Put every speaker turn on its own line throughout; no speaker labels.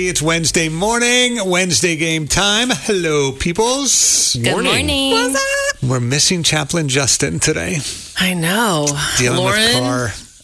It's Wednesday morning, Wednesday game time. Hello, peoples.
Good morning.
We're missing Chaplain Justin today.
I know.
Dealing
Lauren,
with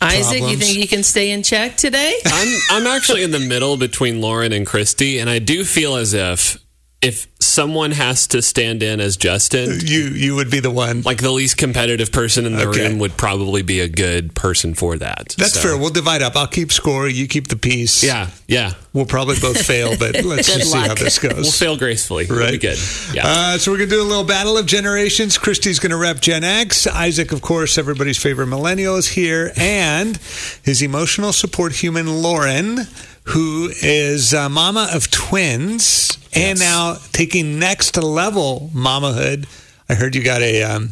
car
Isaac, you
problems.
think you can stay in check today?
I'm I'm actually in the middle between Lauren and Christy, and I do feel as if if someone has to stand in as Justin,
you you would be the one.
like the least competitive person in the
Okay.
room would probably be a good person for that.
That's
So,
fair. We'll divide up. I'll keep score. You keep the peace.
Yeah, yeah.
We'll probably both fail, but let's
Good
just see how
luck.
this goes.
We'll fail gracefully. We'll be
Right.
good. Yeah.
Uh, so we're gonna do a little battle of generations. Christy's gonna rep Gen X. Isaac, of course, everybody's favorite millennial is here, and his emotional support human Lauren, who is uh, mama of twins, and
Yes.
now taking next level mamahood. I heard you got a um,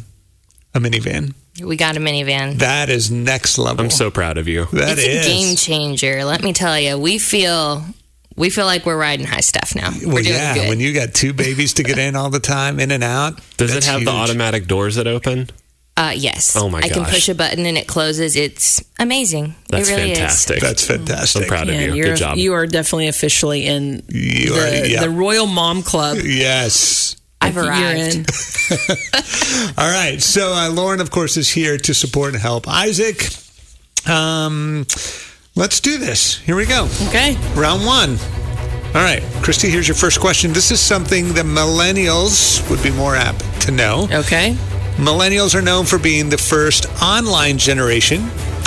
a minivan.
We got a minivan.
That is next level.
I'm so proud of you.
That
it's
is-
a game changer. Let me tell you, we feel we feel like we're riding high stuff now.
Well,
we're doing
yeah,
good.
when you got two babies to get in all the time, in and out.
Does
that's
it have the
huge.
automatic doors that open?
uh, yes.
Oh, my
I can
gosh.
push a button and it closes. It's amazing.
That's
it really
fantastic.
That's fantastic.
I'm proud of you.
you're,
Good job.
You are definitely officially in
You
the,
are- yeah.
the Royal Mom Club.
yes.
is. I've
You're
arrived.
in.
All right. So uh, Lauren, of course, is here to support and help Isaac. Um, let's do this. Here we go.
Okay.
Round one. All right, Christy, here's your first question. This is something the millennials would be more apt to know.
Okay.
Millennials are known for being the first online generation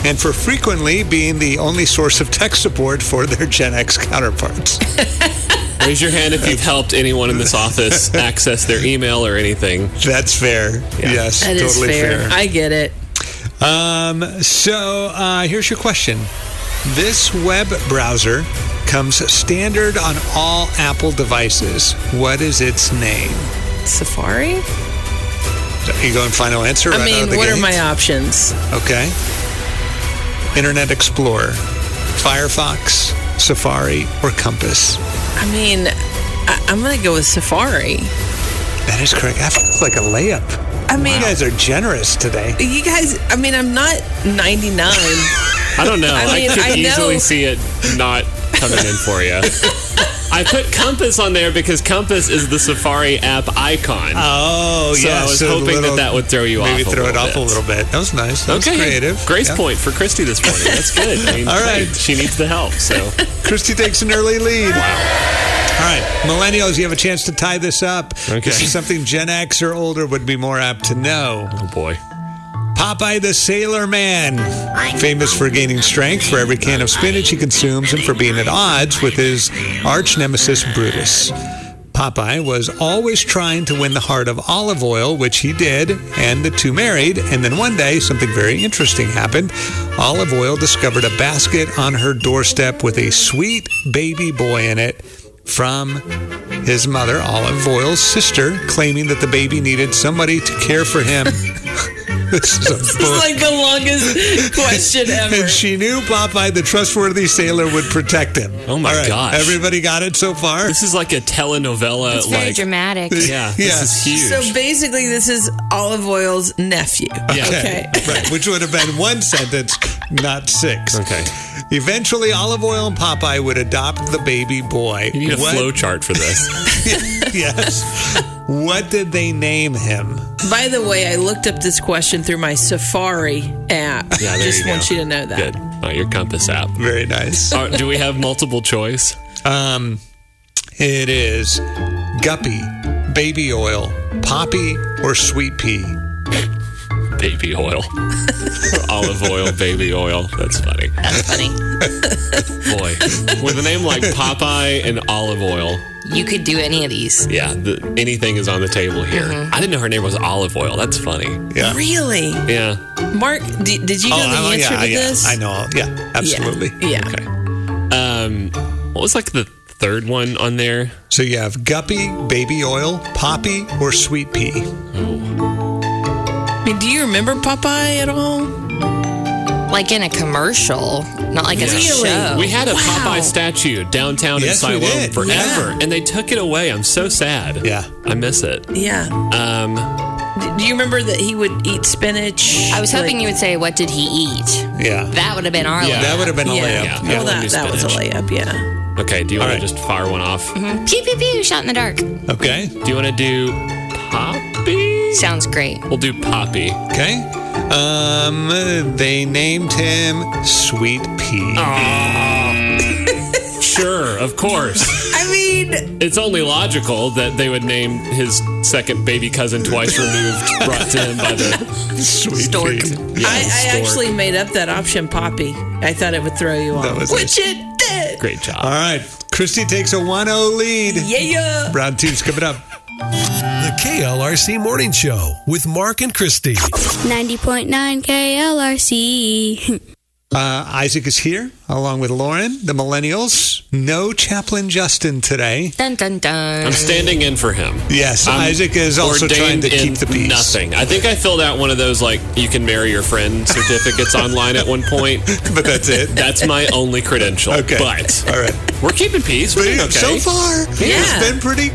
and for frequently being the only source of tech support for their Gen X counterparts.
Raise your hand if you've helped anyone in this office access their email or anything.
That's fair. Yes,
That is
totally
fair. I get it.
Um, so uh, here's your question. This web browser comes standard on all Apple devices. What is its name?
Safari?
Are you going final answer?
I
right out of
mean,
the
what are
gate?
my options?
Okay. Internet Explorer, Firefox, Safari, or Compass?
I mean, I, I'm going to go with Safari.
That is correct. That feels like a layup.
I mean,
You guys are generous today.
you guys, I mean, I'm not 99.
I don't know.
I
I,
mean,
could
I know-
easily see it not coming in for you. I put Compass on there because Compass is the Safari app icon.
Oh,
So I was hoping that that would throw you
maybe
off a
throw it
little
off a
bit.
little bit. That was nice. That was creative.
Grace
Yeah.
point for Christy this morning. That's good. I mean,
All right.
She needs the help. So
Christy takes an early lead. Wow. All right, millennials, you have a chance to tie this up.
Okay.
This is something Gen X or older would be more apt to know.
Oh boy.
Popeye the Sailor Man, famous for gaining strength for every can of spinach he consumes and for being at odds with his arch nemesis Brutus. Popeye was always trying to win the heart of olive oil, which he did, and the two married. And then one day, something very interesting happened. Olive Oil discovered a basket on her doorstep with a sweet baby boy in it from his mother, Olive Oil's sister, claiming that the baby needed somebody to care for him. this is a
This
book.
is like the longest question ever.
And she knew Popeye, the trustworthy sailor, would protect him.
Oh my
All right,
gosh.
Everybody got it so far?
This is like a telenovela.
It's very
like,
dramatic.
Yeah. This
Yeah.
is huge.
So basically, this is olive oil's nephew.
Yeah.
Okay.
right, which would have been one sentence, not six.
Okay.
Eventually, olive oil and Popeye would adopt the baby boy.
you need a
What-
flow chart for this.
yes. What did they name him?
By the way, I looked up this question through my Safari app.
Yeah, there
Just
you go.
want you to know that.
Good. Oh, your compass app.
Very nice.
All right, do we have multiple choice?
Um, it is guppy, baby oil, poppy, or sweet pea.
Baby oil. Olive oil, baby oil. That's funny.
That's funny.
Boy. With a name like Popeye and olive oil.
You could do any of these.
Yeah, the, anything is on the table here.
Mm-hmm.
I didn't know her name was olive oil. That's funny.
Yeah. Oh,
Really?
Yeah.
Mark, d- did you know the
I-
answer
yeah,
to
yeah,
this?
I know. Yeah, absolutely.
Yeah. yeah.
Um, what was like the third one on there?
So you have guppy, baby oil, poppy, or sweet pea.
I mean, do you remember Popeye at all?
Like in a commercial, not like a
Yeah.
show.
We had a
Wow.
Popeye statue downtown
Yes, we
in Siloam
did.
forever,
Yeah.
and they took it away. I'm so sad.
Yeah.
I miss it.
Yeah.
Um,
D- do you remember that he would eat spinach?
I was hoping
Like-
you would say, "What did he eat?"
Yeah.
That would have been our.
Yeah.
line.
That would have been a
Yeah.
layup.
Yeah. I
Well, that,
would do
that was a
spinach.
layup, yeah.
Okay, do you
All
want
right.
to just fire one off?
Pew pew pew. Shot in the dark.
Okay.
Do you want to do Poppy?
Sounds great.
We'll do Poppy.
Okay. Um, they named him Sweet Pea.
Sure, of course.
I mean,
it's only logical that they would name his second baby cousin twice removed, brought to him by the
Sweet
Stork.
Pea.
yeah,
I, I
stork.
actually made up that option, Poppy. I thought it would throw you
That
off,
was
which it did.
great job.
All right. Christy takes a 1-0 lead.
Yeah.
Round two's coming up.
The KLRC Morning Show with Mark and Christy.
90.9 KLRC.
Uh, Isaac is here along with Lauren, the millennials. No Chaplain Justin today.
Dun dun dun.
I'm standing in for him.
Yes,
I'm
Isaac is also trying
ordained
to keep
in
the peace.
Nothing. I think I filled out one of those like you can marry your friend certificates online at one point.
But that's it.
That's my only credential.
Okay.
But
All right.
we're keeping peace. We're
But you
doing
know,
okay.
so far,
Yeah.
it's been pretty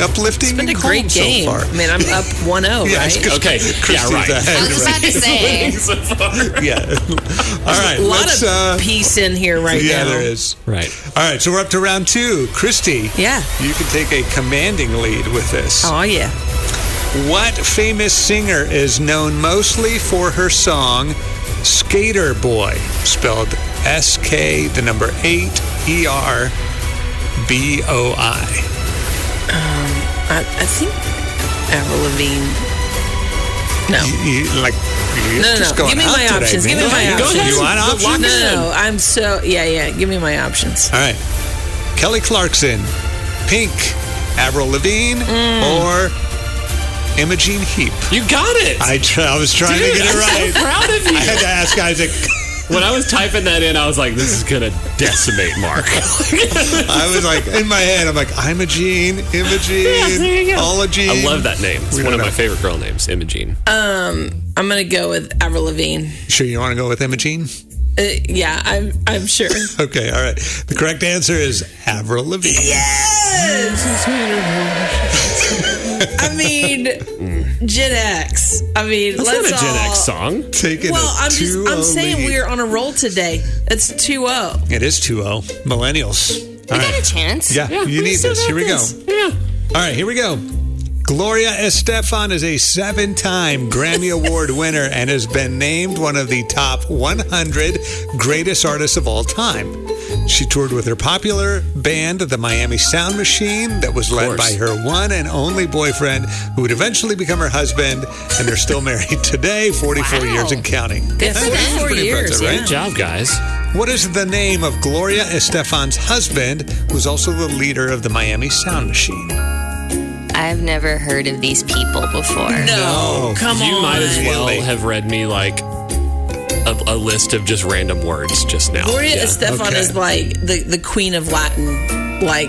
uplifting
Been a
and
great
calm
game.
so far.
I mean, I'm up 1 0,
Yeah,
right?
it's
Okay. Yeah,
Christy's
right.
ahead,
I was just
right?
about to say.
So far.
Yeah. All right.
a lot
let's,
of
uh,
peace in here right
yeah,
now.
there is.
Right.
All right, so we're up to round two. Christy,
Yeah.
you can take a commanding lead with this.
Oh, yeah.
What famous singer is known mostly for her song Skater Boy, spelled S K, the number eight, E R B O I?
I, I think Avril Lavigne. No.
You- you- Like, you're
No, no,
just
no.
going
Give me
out
my
today,
options. Give
man.
me my
You
options.
You want
Go
options?
No, no, I'm so. Yeah, yeah. Give me my options.
All right. Kelly Clarkson, Pink, Avril Lavigne,
Mm.
or Imogene Heap.
You got it.
I, tr- I was trying
Dude,
to get it
I'm
right.
so proud of
I had
you.
to ask Isaac.
When I was typing that in, I was like, "This is gonna decimate Mark."
I was like, in my head, I'm like, I'm a Gene, Imogene, all a Gene.
I love that name. It's
We
one
don't
of my
know.
favorite girl names, Imogene.
Um, I'm gonna go with Avril Lavigne.
Sure, you want to go with Imogene?
Uh, yeah, I'm. I'm sure.
Okay, all right. The correct answer is Avril Lavigne.
I mean, Gen X. I mean,
That's
let's
not a Gen
all,
X song.
Taking
Well,
a
I'm just.
2
I'm saying
lead.
we're on a roll today. It's oh. 2-0.
It is 2 0. Millennials. All
We
right.
got a chance.
Yeah, you need this. Here we go. Yeah. All right, here we go. Gloria Estefan is a seven time Grammy Award winner and has been named one of the top 100 greatest artists of all time. She toured with her popular band, the Miami Sound Machine, that was led
course.
by her one and only boyfriend, who would eventually become her husband, and they're still married today, 44
Wow.
years and counting.
Good
That's
for them.
pretty
44 years,
impressive, right?
Good job, guys.
What is the name of Gloria Estefan's husband, who's also the leader of the Miami Sound Machine?
I've never heard of these people before.
No, come on.
you might as well
Really?
have read me like a, a list of just random words just now.
Gloria
Yeah.
Estefan
okay.
is like the the queen of Latin, like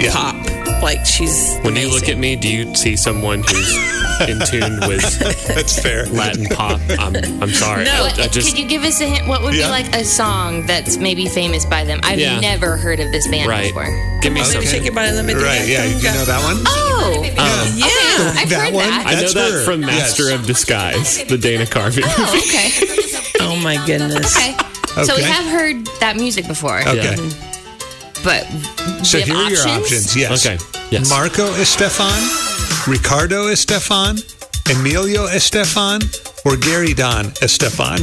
Yeah.
pop. Like she's.
When you look
amazing.
at me, do you see someone who's in tune with
That's fair.
Latin pop? I'm, I'm sorry.
No,
I, I
What,
just
could you give us a hint? What would
Yeah.
be like a song that's maybe famous by them? I've
Yeah.
never heard of this band
right.
before.
Give me
Okay.
Maybe shake
something.
your body. Let me do
Right,
that.
yeah. You know that one?
Oh,
Um,
Yeah.
okay. I've
Uh, That
heard
one?
that.
I know
That's
that
her.
from
Yes.
Master of Disguise, the Dana Carvey.
Oh, okay.
Oh my goodness.
Okay. So
Okay.
we have heard that music before,
Okay.
but
So
we have
here are your options. Yes.
Okay. Yes.
Marco Estefan, Ricardo Estefan, Emilio Estefan, or Gary Don Estefan,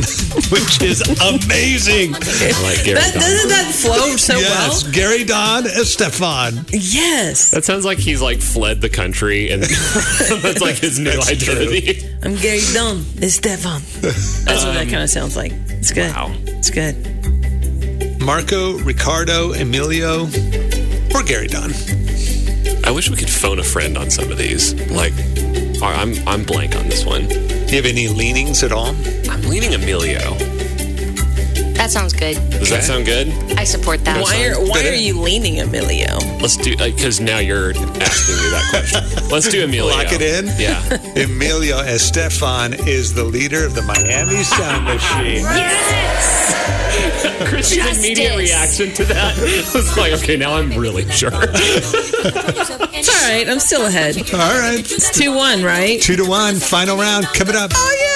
which is amazing.
I like Gary
That,
Don.
doesn't that flow so
yes.
well?
Gary Don Estefan.
Yes.
That sounds like he's like fled the country and that's like his new
That's true.
identity.
I'm Gary Dunn. It's Devon. That's what that kind of sounds like. It's good.
wow.
It's good.
Marco, Ricardo, Emilio, or Gary Don.
I wish we could phone a friend on some of these. Like, all right, I'm I'm blank on this one.
Do you have any leanings at all?
I'm leaning Emilio.
That sounds good.
Okay.
Does that sound good?
I support that.
Why are why are you leaning, Emilio?
Let's do because now you're asking me that question. Let's do Emilio.
Lock it in.
Yeah.
Emilio Estefan is the leader of the Miami Sound Machine.
Chris's immediate
Justice.
reaction to that was like, okay, now I'm really sure.
It's all right. I'm still ahead.
All right.
It's two one, right?
Two to one. Final round coming up.
Oh,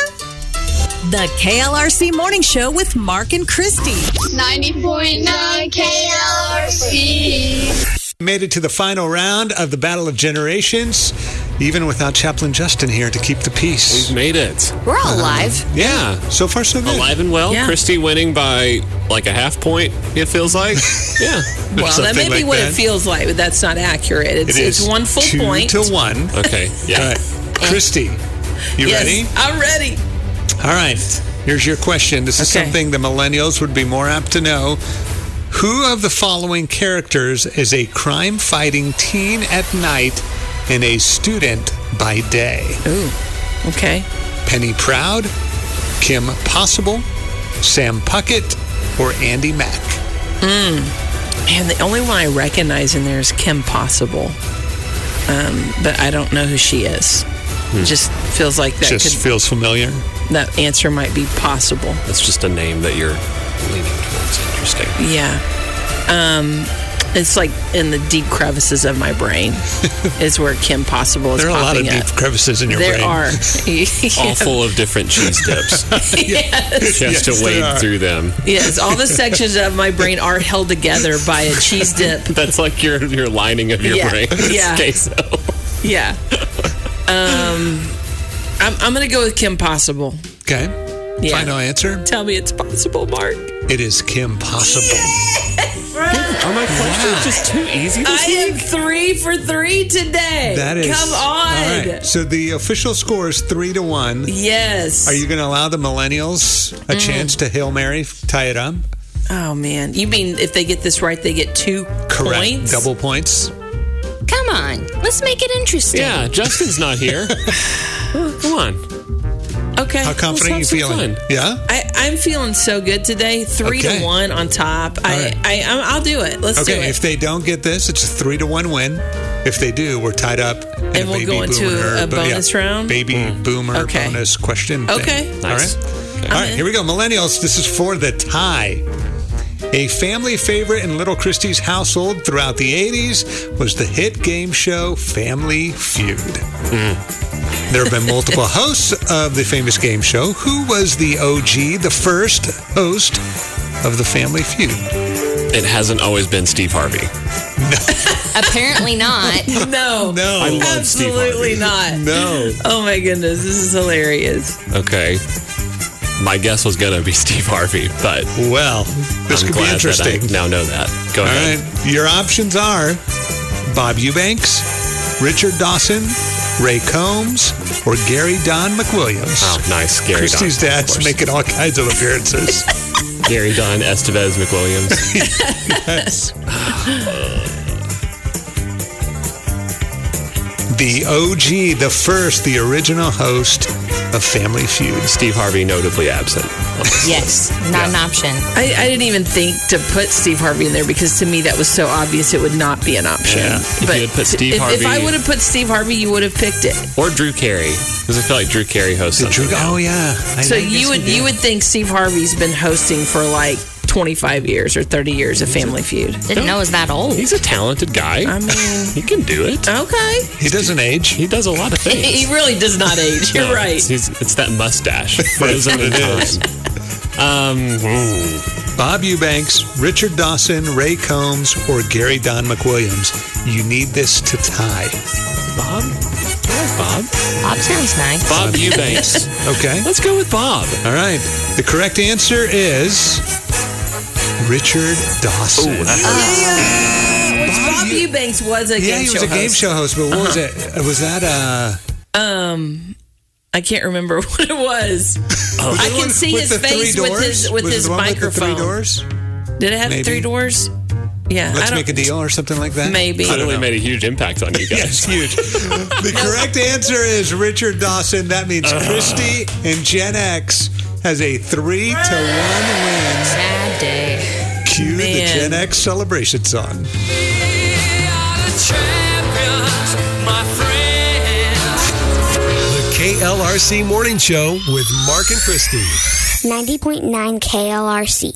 The KLRC Morning Show with Mark and Christy.
90.9 KLRC.
Made it to the final round of the Battle of Generations, even without Chaplain Justin here to keep the peace.
We've made it.
We're all
Uh-huh.
alive.
Yeah.
So far, so good.
Alive and well.
Yeah.
Christy winning by like a half point, it feels like. yeah.
or
Well, that
something
may be
like
what
that.
it feels like, but that's not accurate. It's, it's one full
two
point.
to one.
Okay.
All
Yeah.
right, Christy, you
yes,
ready?
I'm ready.
All right. Here's your question. This is
Okay.
something the millennials would be more apt to know. Who of the following characters is a crime fighting teen at night and a student by day?
Ooh. Okay.
Penny Proud, Kim Possible, Sam Puckett, or Andy Mack?
Man, the only one I recognize in there is Kim Possible. Um, but I don't know who she is. It just feels like that
Hmm. Just
could,
feels familiar.
that answer might be possible.
That's just a name that you're leaning towards. Interesting.
Yeah. Um, it's like in the deep crevices of my brain is where Kim Possible is
There are a lot of
popping
deep
up.
crevices in your
there
brain.
are.
All full of different cheese dips. She has
Yes,
to
they are.
wade through them.
Yes, all the sections of my brain are held together by a cheese dip.
That's like your your lining of your
Yeah.
brain. It's
Yeah.
queso.
Yeah. Um, I'm, I'm going to go with Kim Possible.
Okay.
Yeah.
Final answer.
Tell me it's possible, Mark.
It is Kim Possible.
Are my questions just too easy
Ah, I am three for three today.
That is.
Come
All
on.
right. So the official score is three to one.
Yes.
Are you going to allow the millennials a
Mm-hmm.
chance to hail mary, tie it up?
Oh man. You mean if they get this right, they get two points?
Double points.
Come on. Let's make it interesting.
Yeah, Justin's not here. Oh, Come on.
Okay.
How confident are you
Let's have some
feeling?
fun.
Yeah.
I, I'm feeling so good today. Three
Okay.
to one on top. I,
right.
I, I'm, I'll do it. Let's do
Okay.
it.
If they don't get this, it's a three to one win. If they do, we're tied up. And,
we'll go into a
bo-
bonus round? Hmm.
Baby boomer
Okay.
bonus question. thing.
Okay.
Nice.
All right. All right.
in.
Here we go. Millennials, this is for the tie. A family favorite in Little Christie's household throughout the 80s was the hit game show Family Feud.
Hmm.
There have been multiple hosts of the famous game show. Who was the OG, the first host of the Family Feud?
It hasn't always been Steve Harvey.
Apparently not.
no.
No. I
love Steve
Absolutely not.
No.
Oh my goodness. This is hilarious.
Okay. My guess was gonna be Steve Harvey, but
Well, this
I'm
could
glad
be interesting.
That I now know that. Go
All
ahead.
right. Your options are Bob Eubanks, Richard Dawson, Ray Combs, or Gary Don McWilliams.
Oh, nice. Gary
Christie's
Don. of
dad's
course.
making all kinds of appearances.
Gary Don, Estevez, McWilliams.
the OG, the first, the original host of Family Feud.
Steve Harvey notably absent.
yes. Not an option.
I, I didn't even think to put Steve Harvey in there because to me that was so obvious it would not be an option.
Yeah. If you had put
t-
Steve
if, if I
Harvey-
would have put Steve Harvey, you would have picked it.
Or Drew Carey. Because I feel like Drew Carey hosts
The
something
Drew,
now.
oh yeah. I
So
I guess
you would
did.
you would think Steve Harvey's been hosting for like 25 years or 30 years of Family Feud.
Didn't know it was that old.
He's a talented guy.
I mean,
he can do it.
okay.
He doesn't age.
He does a lot of things.
He really does not age. You're
No,
right.
It's, he's- it's that mustache. Frozen in
It is.
time. Um, ooh.
Bob Eubanks, Richard Dawson, Ray Combs, or Gary Don McWilliams. You need this to tie.
Bob? There's Bob.
Bob sounds nice.
Bob Eubanks.
Okay.
Let's go with Bob.
All right. The correct answer is Richard Dawson.
Bob
you-
Eubanks was a
yeah, he
game
was
show
a game
host.
show
Uh-huh.
host, but what was it? Uh, Was that uh
Um, I can't remember what it was. I
the
can
one
see
Oh. with
his
the three
face with
doors?
his with
Was it
his
the one with the three
microphone.
doors?
Did it have
Maybe.
three doors? Yeah. I
Let's
don't-
make a deal or something like that.
Maybe.
I don't
Clearly
know.
made a huge impact on you guys.
Yes, huge. the correct answer is Richard Dawson. That means
Uh-huh.
Christy and Gen X has a three to one win.
Sad day.
Cue the
Man.
Gen X celebration song.
The KLRC Morning Show with Mark and Christy.
90.9 KLRC.